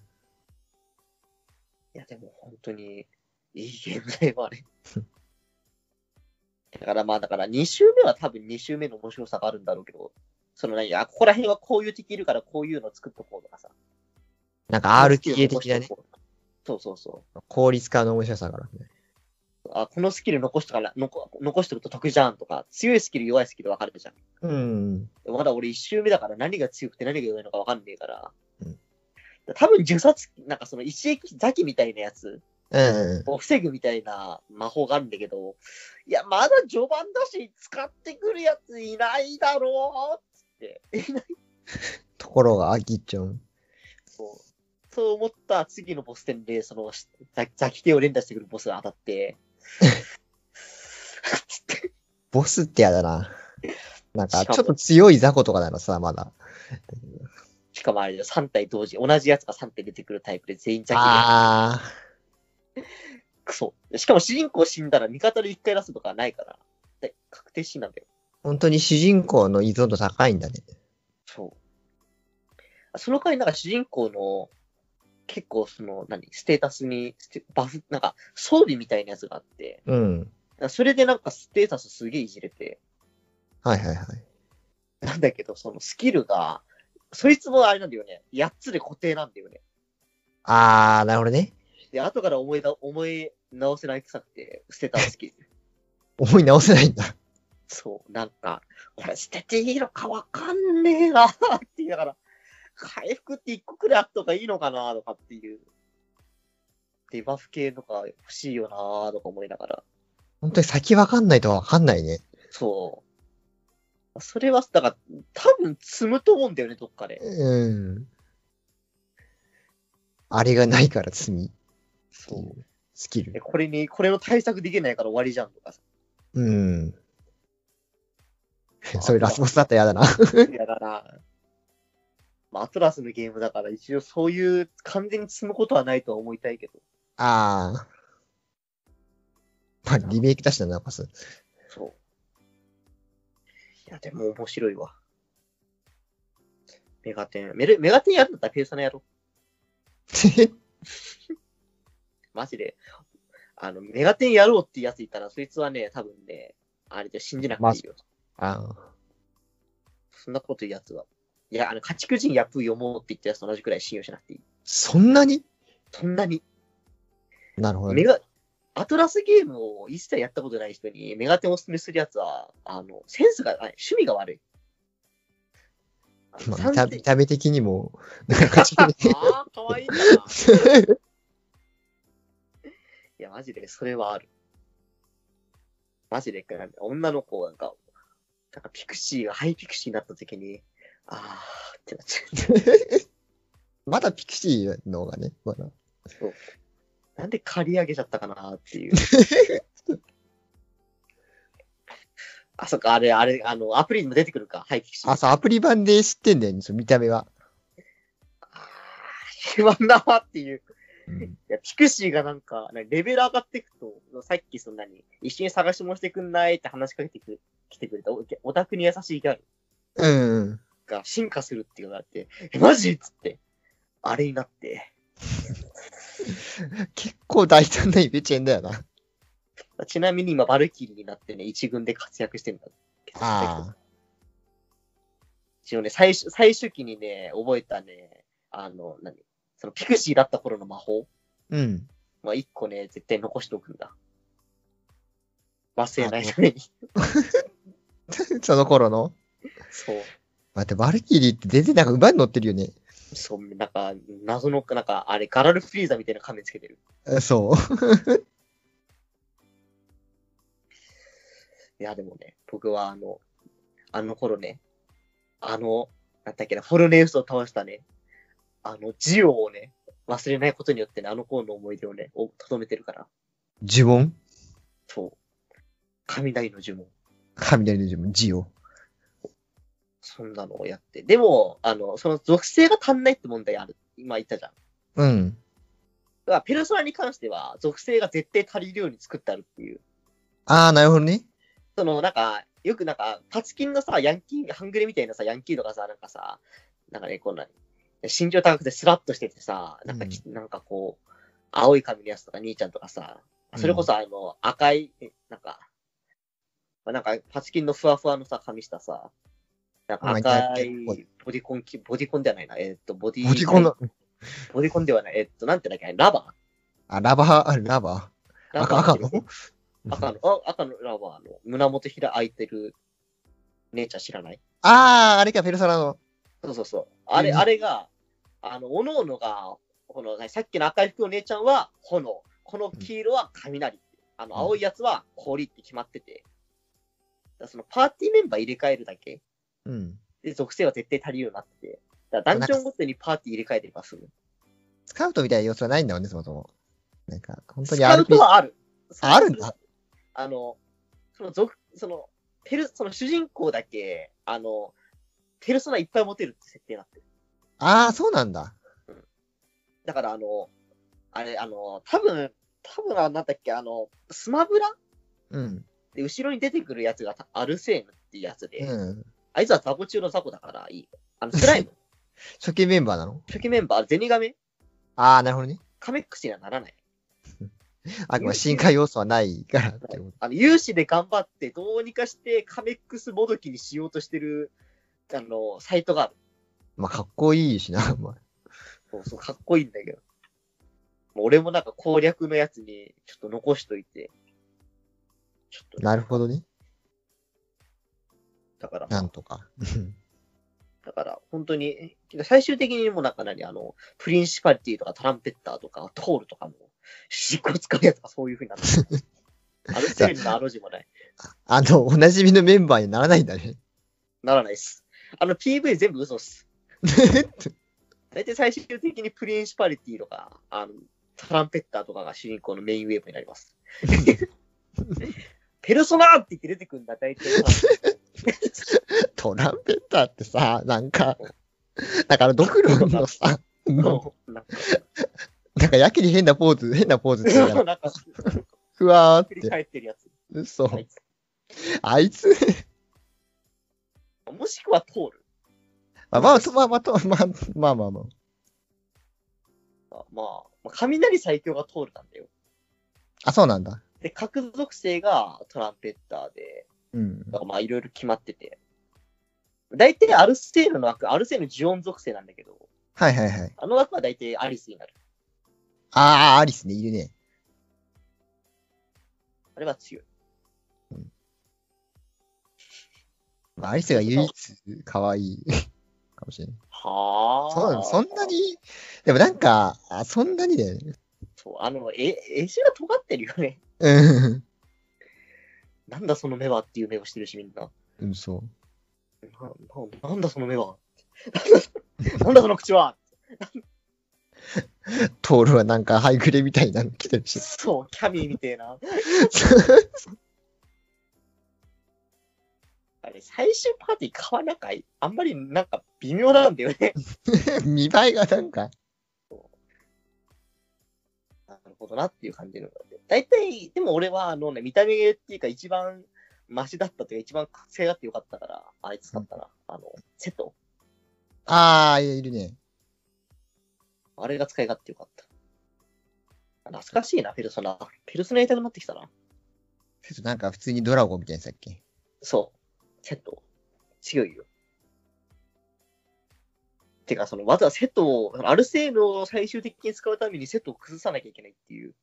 Speaker 1: いや、でも本当に、いいゲームだよ、 あれ。だからまあ、だから2周目は多分2周目の面白さがあるんだろうけど、その何、あ、ここら辺はこういう敵いるからこういうの作っとこうとかさ。
Speaker 2: なんか RTA 的なね、。
Speaker 1: そうそうそ
Speaker 2: 効率化の面白さがあるわけね。
Speaker 1: う。あ、このスキル残しとかな、残残しとくと得じゃんとか、強いスキル弱いスキル分かれるじゃん。
Speaker 2: うん。
Speaker 1: まだ俺1周目だから何が強くて何が弱いのか分かんねえから。
Speaker 2: うん
Speaker 1: 多分呪殺、なんかその一撃ザキみたいなやつ。
Speaker 2: うん。
Speaker 1: を防ぐみたいな魔法があるんだけど、いや、まだ序盤だし、使ってくるやついないだろうっつって、
Speaker 2: ところが、あきっちゃん。
Speaker 1: そうそう思った次のボス戦で、その、ザザキ系を連打してくるボスが当たって、つって
Speaker 2: ボスってやだな。なんか、ちょっと強い雑魚とかならさ、まだ。
Speaker 1: しかもあれだよ、3体同時、同じやつが3体出てくるタイプで全員ザキで、
Speaker 2: ああ。
Speaker 1: クソ。しかも主人公死んだら味方で1回出すとかないから、で確定死なんだよ。
Speaker 2: 本当に主人公の依存度高いんだね。
Speaker 1: そう。あその代わりなんか主人公の、結構その、何、ステータスに、ステバフ、なんか装備みたいなやつがあって、
Speaker 2: うん。
Speaker 1: なんかそれでなんかステータスすげえいじれて、
Speaker 2: はいはいはい。
Speaker 1: なんだけど、そのスキルが、そいつもあれなんだよね。8つで固定なんだよね。
Speaker 2: ああ、なるほどね。
Speaker 1: で、後から思いだ思い直せない臭くて、捨てたスキル。
Speaker 2: 思い直せないんだ。
Speaker 1: そう、なんか、これ捨てていいのかわかんねえなって言いながら、回復って一個くらいあった方がいいのかなとかっていう。デバフ系とか欲しいよなとか思いながら。
Speaker 2: 本当に先わかんないとわかんないね。
Speaker 1: そう。それは、だから、多分積むと思うんだよね、どっかで。
Speaker 2: うん。あれがないから罪。
Speaker 1: そう。
Speaker 2: スキ
Speaker 1: え
Speaker 2: ル。
Speaker 1: これに、これの対策できないから終わりじゃんとかさ。
Speaker 2: うん。それラスボスだったらやだな。
Speaker 1: いやだな。まあ、アトラスのゲームだから、一応そういう完全に積むことはないとは思いたいけど。
Speaker 2: ああ。まあ、リメイク出したな、なんかそう。
Speaker 1: そう。いや、でも面白いわ。メガテン。メルメガテンやるんだったらペーサナやろう。マジで。あの、メガテンやろうってやついたら、そいつはね、多分ね、あれじゃ信じなくていいよ。
Speaker 2: ああ。
Speaker 1: そんなこと言うやつは。いや、あの、家畜人ヤプー読もうって言ったやつと同じくらい信用しなくていい。
Speaker 2: そんなに
Speaker 1: そんなに。
Speaker 2: なるほど
Speaker 1: メ
Speaker 2: ね。
Speaker 1: ガ、アトラスゲームを一切やったことない人にメガテンをお勧めするやつは、あの、センスが、あ趣味が悪い。あの
Speaker 2: まあ見た
Speaker 1: 三点
Speaker 2: 見た目的にも、なんか、
Speaker 1: ああ、かわいいな。 いや、マジで、それはある。マジで、なんか女の子が、なんか、なんかピクシーがハイピクシーになった時に、あーってなっちゃ
Speaker 2: まだピクシーの方がね、まだ。
Speaker 1: う。なんで借り上げちゃったかなって いう。あ、そっか、あれ、あれ、あの、アプリにも出てくるか、ハイピクシー。
Speaker 2: あ、そう、アプリ版で知ってんだよね、そう見た目は。
Speaker 1: あー、暇だなっていう。
Speaker 2: うん
Speaker 1: いや、ピクシーがなんか、なレベル上がっていくと、さっきそんなに、一緒に探し物してくんないって話しかけてく来てくれたおオタクに優しいギャル
Speaker 2: うんうん。
Speaker 1: が進化するっていうのがあって、えマジっつって、あれになって、
Speaker 2: 結構大胆なイベチェンだよな。
Speaker 1: ちなみに今、バルキリーになってね、一軍で活躍してるんだけど。
Speaker 2: あ
Speaker 1: 一応ね、最初、最初期にね、覚えたね、あの、何そのピクシーだった頃の魔法。
Speaker 2: あ。うん。
Speaker 1: まあ、一個ね、絶対残しておくんだ。忘れないために。
Speaker 2: その頃の。
Speaker 1: そう。
Speaker 2: 待って、バルキリーって全然なんか馬に乗ってるよね。
Speaker 1: そう、なんか、謎の、なんか、あれ、ガラルフリーザみたいな仮面つけてる。
Speaker 2: あそう。
Speaker 1: いや、でもね、僕はあの、あの頃ね、あの、なんだっけな、フォルネウスを倒したね、あの、ジオをね、忘れないことによってね、あの頃の思い出をね、お留めてるから。
Speaker 2: 呪文
Speaker 1: そう。雷の呪文。
Speaker 2: 雷の呪文、ジオ。
Speaker 1: そんなのをやって。でも、あの、その属性が足んないって問題ある。今言ったじゃん。
Speaker 2: うん。
Speaker 1: だから、ペルソナに関しては、属性が絶対足りるように作ってあるっていう。
Speaker 2: ああ、なるほどね。
Speaker 1: その、なんか、よくなんか、パツキンのさ、ヤンキー、ハングレみたいなさ、ヤンキーとかさ、なんかさ、なんかね、こんな、身長高くてスラッとしててさ、なんかき、なんかこう、青い髪のやつとか兄ちゃんとかさ、それこそあの、赤い、えなんか、まあなんか、パツキンのふわふわのさ、髪したさ、なんか赤い
Speaker 2: まあ
Speaker 1: ボディコンき、ボディコンじゃないな、えーっと、ボディ、
Speaker 2: ボディコンの、
Speaker 1: ボディコンではない、えーっと、なんてだっけ、ラバ
Speaker 2: あ、ラバー、あるラバ
Speaker 1: ー
Speaker 2: ー。赤、赤の
Speaker 1: 赤の、あ赤のラバーの胸元ひら開いてる姉ちゃん知らない
Speaker 2: ああ、あれか、ペルソナの。
Speaker 1: そうそうそう。あれ、
Speaker 2: うん
Speaker 1: あれが、あの、おののが、この、さっきの赤い服の姉ちゃんは炎、この黄色は雷、あの、青いやつは氷って決まってて、だからそのパーティーメンバー入れ替えるだけ
Speaker 2: うん。
Speaker 1: で、属性は絶対足りるようになってて、だからダンジョンごとにパーティー入れ替えてれば済む。
Speaker 2: スカウトみたいな要素はないんだもんね、そもそも。なんか、本当
Speaker 1: ス
Speaker 2: に
Speaker 1: カウト
Speaker 2: RPG。
Speaker 1: はある。
Speaker 2: ああるんだ。
Speaker 1: あの、その属、その、ペル、その主人公だけ、あの、ペルソナいっぱい持てるって設定になってる。
Speaker 2: ああ、そうなんだ。
Speaker 1: だから、あの、あれ、あの、多分多分あなんだっけ、あの、スマブラ
Speaker 2: うん。
Speaker 1: で、後ろに出てくるやつがたアルセーヌっていうやつで、
Speaker 2: うん。
Speaker 1: あいつは雑魚中の雑魚だからいい。あの、スライム、
Speaker 2: 初期メンバーなの
Speaker 1: 初期メンバー、ゼニガメ、
Speaker 2: ああ、なるほどね。
Speaker 1: カメックスにはならない。
Speaker 2: あくまで進化要素はないからってこと。
Speaker 1: あの、有志で頑張って、どうにかしてカメックスもどきにしようとしてる、あの、サイトがある。
Speaker 2: まあ、かっこいいしな、 まあ。
Speaker 1: そうそう、かっこいいんだけど。もう俺もなんか攻略のやつに、ちょっと残しといて、ちょっと、
Speaker 2: なるほどね。
Speaker 1: だから、
Speaker 2: なんとか。
Speaker 1: だから、本当に、最終的にもうなんか何、あの、プリンシパリティとかトランペッターとか、トールとかも、 執行使うやつとかそういう風になって る。アルセールのアロジもない。
Speaker 2: あの、おなじみのメンバーにならないんだね。
Speaker 1: ならないっす。あの、PV 全部嘘っす。大体最終的にプリンシパリティとか、あの、トランペッターとかが主人公のメインウェーブになります。 ペルソナーって言って出てくるんだ、大 体。
Speaker 2: トランペッターってさ、なんか、だからドクロのさ、 な
Speaker 1: そうなんか
Speaker 2: んかやけに変なポーズ、変なポーズって言うか
Speaker 1: そう
Speaker 2: ら、
Speaker 1: なんか、
Speaker 2: ふわーっ
Speaker 1: 振り
Speaker 2: て。
Speaker 1: 返ってるやつ。
Speaker 2: 嘘。
Speaker 1: あいつ
Speaker 2: あいつ、
Speaker 1: もしくはトール。
Speaker 2: まあまあ、まあまあ、まあまあまあま
Speaker 1: あ
Speaker 2: あ。
Speaker 1: まあ、まあ、雷最強がトールなんだよ。
Speaker 2: あ、そうなんだ。
Speaker 1: で、核属性がトランペッターで、
Speaker 2: うん。
Speaker 1: だからまあいろいろ決まってて。大体アルセーヌの枠、アルセーヌジオン属性なんだけど、
Speaker 2: はいはいはい。
Speaker 1: あの枠は大体アリスになる。
Speaker 2: ああ、アリスね、いるね。
Speaker 1: あれは強い。
Speaker 2: まあ、アリスが唯一可愛い かもしれない。
Speaker 1: はあ。
Speaker 2: そうなんそんなに、でもなんか、あそんなにだよね。
Speaker 1: そう、あの、え、絵師が尖ってるよね。
Speaker 2: うん
Speaker 1: なんだその目はっていう目をしてるし、みんな。
Speaker 2: うん。そ
Speaker 1: なななんだその目は なんだその口は
Speaker 2: う。トールはなんか、ハイグレみたいなの来てるし。
Speaker 1: そう、キャミーみてえな。あれ、最終パーティー買わなかいあんまりなんか微妙なんだよね。
Speaker 2: 見栄えがなんか、
Speaker 1: ほどなっていう感じなので。大体、でも俺は、あのね、見た目っていうか一番マシだったというか、一番活性があってよかったから、あいつだったな。あの、セット。
Speaker 2: ああ、いやいるね。
Speaker 1: あれが使い勝手よかった。懐かしいな、ペルソナ。ペルソナやりたくなってきたな。
Speaker 2: ちょっとなんか普通にドラゴンみたいにさっき。
Speaker 1: そう。セット。強いよ。てか、その、まずはセットを、そのアルセーヌを最終的に使うためにセットを崩さなきゃいけないっていう。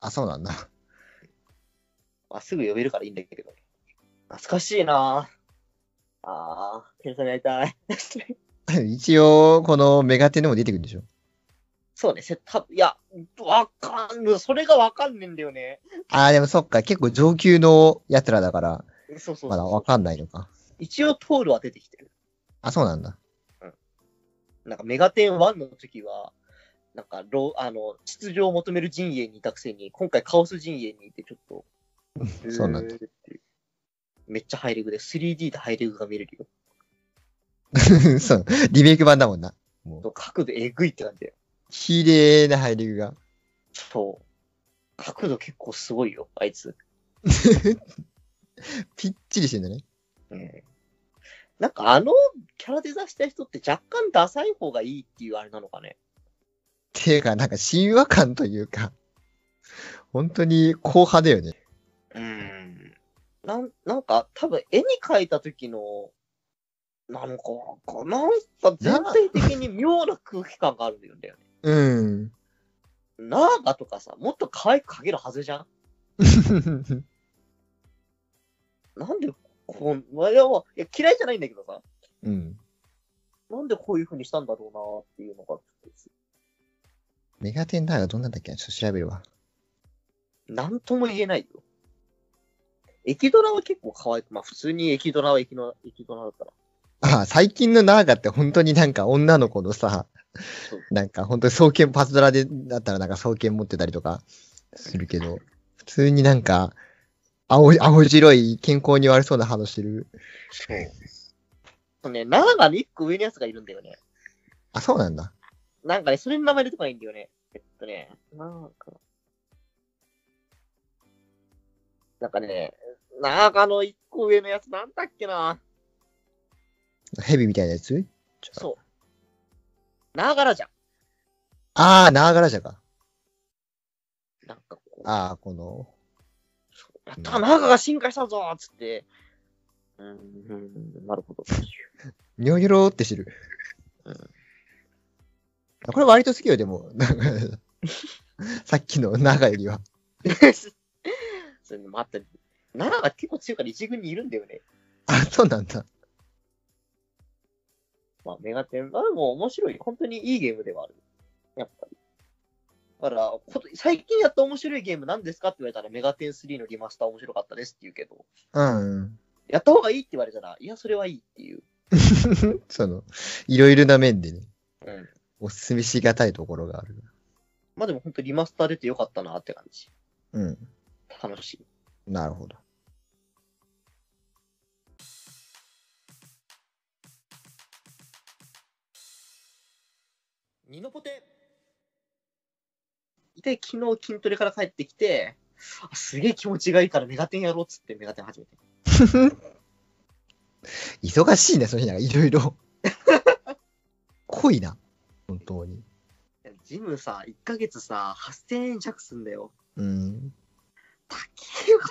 Speaker 2: あ、そうなんだ。
Speaker 1: まあ、すぐ呼べるからいいんだけど。懐かしいなああ、ペルソナやりたい。
Speaker 2: 一応、このメガテンでも出てくるんでしょ
Speaker 1: そうね、セットアップ。いや、わかんない。それがわかんねえんだよね。
Speaker 2: ああ、でもそっか、結構上級の奴らだから、
Speaker 1: そうそうそう
Speaker 2: まだわかんないのか。
Speaker 1: 一応トールは出てきてる。
Speaker 2: あ、そうなんだ。
Speaker 1: なんかメガテン1の時は、なんかロあの秩序を求める陣営にいたくせに、今回カオス陣営にいて、ちょっと、
Speaker 2: そうなんだ
Speaker 1: うーっていうめっちゃハイレグで、3D でハイレグが見れるよ。
Speaker 2: そう。リメイク版だもんな。
Speaker 1: 角度えぐいって感じだよ。
Speaker 2: 綺麗な配流が。
Speaker 1: そう。角度結構すごいよ、あいつ。
Speaker 2: ぴっちりしてんだね。
Speaker 1: うん、なんかあのキャラデザした人って若干ダサい方がいいっていうあれなのかね。
Speaker 2: ていうか、なんか神話感というか、本当に後派だよね。
Speaker 1: うん。なん、なんか、多分絵に描いた時の、なんか、なんか全体的に妙な空気感があるんだよね。
Speaker 2: うん。
Speaker 1: ナーガとかさ、もっと可愛く描けるはずじゃんなんで、こん、いや、いや嫌いじゃないんだけどさ、
Speaker 2: うん。
Speaker 1: なんでこういう風にしたんだろうなっていうのが、
Speaker 2: メガテンダーがどんなんだっけなちょっと調べるわ。
Speaker 1: なんとも言えないよ。駅ドラは結構可愛く、まあ普通に駅ドラは駅の、駅ドラだったら。
Speaker 2: ああ、最近のナーガって本当になんか女の子のさ
Speaker 1: そう、
Speaker 2: なんか本当に双剣パズドラで、だったらなんか双剣持ってたりとかするけど、普通になんか、青い、青白い健康に悪そうな話してる。
Speaker 1: そうね、ナーガの一個上のやつがいるんだよね。
Speaker 2: あ、そうなんだ。
Speaker 1: なんかね、それの名前出てこないんだよね。えっとね、なんか。なんかね、なんかあの一個上のやつなんだっけな。
Speaker 2: ヘビみたいなやつ
Speaker 1: そう。ながらじゃん。
Speaker 2: ああ、ナーガラジャか。
Speaker 1: なんかこう、
Speaker 2: ああ、この、
Speaker 1: やったー、ながが進化したぞーっつって。うーん、うんなる ほど。
Speaker 2: ニョニョローってしてる。
Speaker 1: うん
Speaker 2: これ割と好きよ、でも。 なんかさっきの長よりは。
Speaker 1: それもあったり。ながが結構強いから一軍にいるんだよね。
Speaker 2: あ、そうなんだ。
Speaker 1: まあ、メガテン。まあ、でも面白い。本当にいいゲームではある。やっぱり。だから、こと最近やった面白いゲーム何ですかって言われたら、メガテン3のリマスター面白かったですって言うけど、
Speaker 2: うんうん。
Speaker 1: やった方がいいって言われたら、いや、それはいいっていう。
Speaker 2: その、いろいろな面でね、
Speaker 1: うん。
Speaker 2: おすすめしがたいところがある。
Speaker 1: まあでも本当リマスター出てよかったなって感じ。
Speaker 2: うん。
Speaker 1: 楽しい。
Speaker 2: なるほど。
Speaker 1: ニノポテで、昨日筋トレから帰ってきて、あすげえ気持ちがいいからメガテンやろうっつってメガテン始めて。
Speaker 2: 忙しいね、その日なんかいろいろ。 濃いな。本当に。
Speaker 1: ジムさ、1ヶ月さ、8000円弱すんだよ。
Speaker 2: うん。
Speaker 1: 高えよな。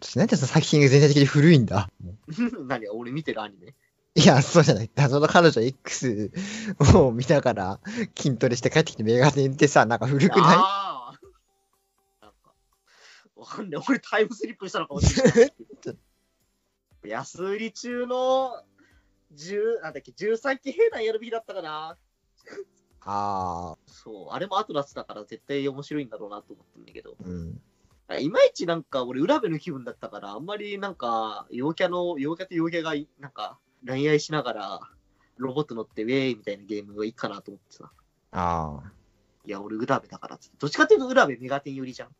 Speaker 2: 私、なんでその作品が全体的に古いんだ。
Speaker 1: 何俺見てるアニメ
Speaker 2: いや、そうじゃない。その彼女 X を見ながら筋トレして帰ってきてメガネってさ、なんか古くな
Speaker 1: ああなんか、わかんない。俺タイムスリップしたのかもしれない。安売り中の10なんだっけ13期兵団やるべきだったかな。
Speaker 2: いああ、
Speaker 1: そう、あれもアトラスだから絶対面白いんだろうなと思ったんだけど、
Speaker 2: うん。
Speaker 1: いまいちなんか俺、浦部の気分だったから、あんまりなんか、陽キャの、陽キャと陽キャがいなんか恋愛しながら、ロボット乗ってウェーイみたいなゲームがいいかなと思ってさ。
Speaker 2: ああ。
Speaker 1: いや、俺、浦部だからっつって。どっちかっていうと、浦部メガテン寄りじゃん。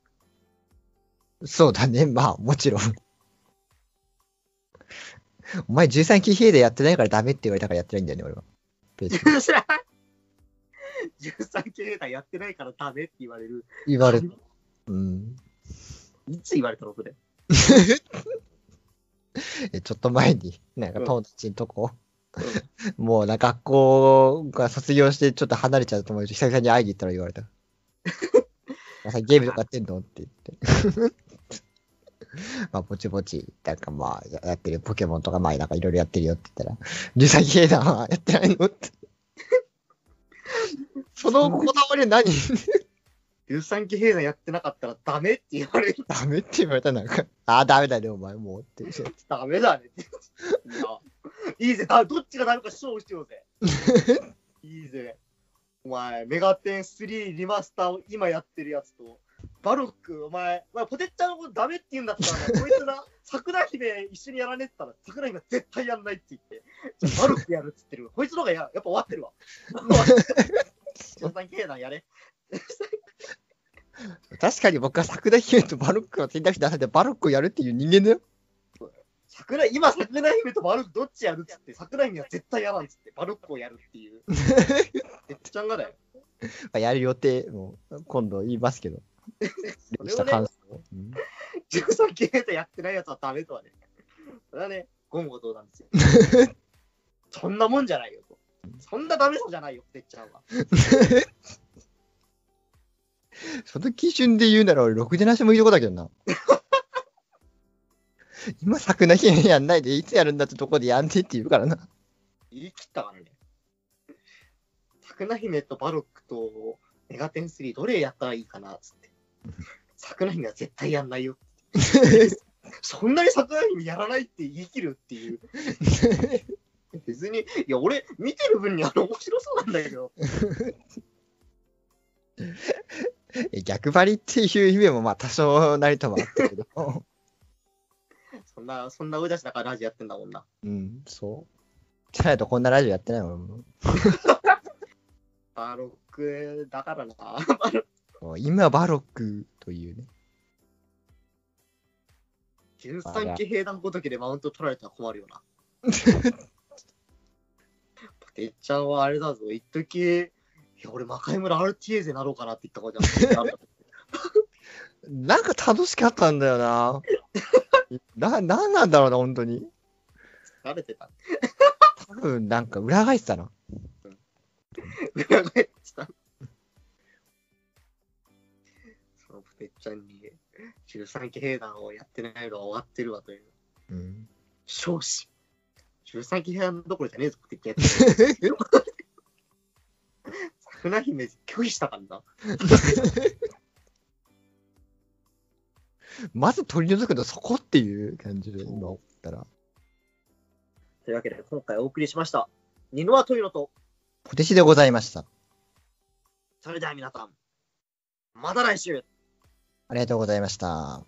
Speaker 2: そうだね。まあ、もちろん。お前13期兵でやってないからダメって言われたからやってないんだよね、俺は。別に
Speaker 1: 13 13系団やってないからダメって言われる。
Speaker 2: 言われ、うん。
Speaker 1: いつ言われたのそれ。
Speaker 2: え、ちょっと前に、なんか
Speaker 1: うん
Speaker 2: 友達のとこ、もうな、学校が卒業してちょっと離れちゃうと思うと、久々に会いに行ったら言われ た。まさゲームとかやってんのって 言って。まあ、ぼちぼち、なんかまあ、ややってるポケモンとか、まあ、なんかいろいろやってるよって言ったら、リサゲーダーはやってないの って。そのこだわりは何
Speaker 1: 13系兵団やってなかったらダメって言われる。
Speaker 2: ダメって言われたなんか、ああ、ダメだね、お前もうって。
Speaker 1: ダメだねって。いや、いいぜ、だどっちがダメか勝負しよう ぜ。いいぜ。お前、メガテン3リマスターを今やってるやつと、バロック、お前、お前ポテッチャのことダメって言うんだったら、 お前こいつな、桜姫一緒にやらねえって言ったら、桜姫は絶対やんないって言って、じゃあバロックやるって言ってる。こいつの方がややっぱ終わって るわ。13系団やれ。
Speaker 2: 確かに僕は桜姫とバロックの選択肢出されて、バロックをやるっていう人間だよ。
Speaker 1: 桜今、桜姫とバルクどっちやるっつって、桜姫は絶対やらんっつって、バルクをやるって いう。てっちゃんがだよ。
Speaker 2: まあやる予定も今度言いますけど。
Speaker 1: それ
Speaker 2: し
Speaker 1: を
Speaker 2: た
Speaker 1: ね
Speaker 2: 感、想うん
Speaker 1: 13系とやってないやつはダメとはね。それはね、言語道断ですよ。そんなもんじゃないよと。そんなダメさじゃないよ、てっちゃんは。
Speaker 2: その基準で言うなら俺、ろくでなしもいいとこだけどな。 今、桜姫やんないで、いつやるんだってとこでやんねって言うからな。
Speaker 1: 言い切ったからね。桜姫とバロックとメガテン3どれやったらいいかなっつって。桜姫は絶対やんないよ。そんなに桜姫やらないって言い切るっていう。別に、いや、俺、見てる分にあの面白そうなんだけど、
Speaker 2: え逆張りっていう意味もまあ多少なりとはあったけど。
Speaker 1: そんな、そんな上出しだからラジオやってんだもんな。
Speaker 2: うん、そう。じゃないとこんなラジオやってないもん。
Speaker 1: バロックだからな。
Speaker 2: もう今、バロックというね。
Speaker 1: 13騎兵団ごときでマウント取られたら困るよな。てっちゃんはあれだぞ、一時いや俺、魔界村 RTA でなろうかなって言ったことある
Speaker 2: なんか楽しかったんだよな。 な、なんなんだろうな、本当に。
Speaker 1: 疲れてた。
Speaker 2: 多分、なんか裏返ってたな。
Speaker 1: 裏返ってた。そのてっちゃんに13騎兵団をやってないのは終わってるわという。
Speaker 2: うん。
Speaker 1: 少子。13騎兵団どころじゃねえぞ、てっちゃん。船姫拒否したからな。
Speaker 2: まず取り除くのそこっていう感じで、今思ったら。
Speaker 1: というわけで、今回お送りしました。ニノはトイロと、
Speaker 2: ポテチでございました。
Speaker 1: それでは皆さん、また来週
Speaker 2: ありがとうございました。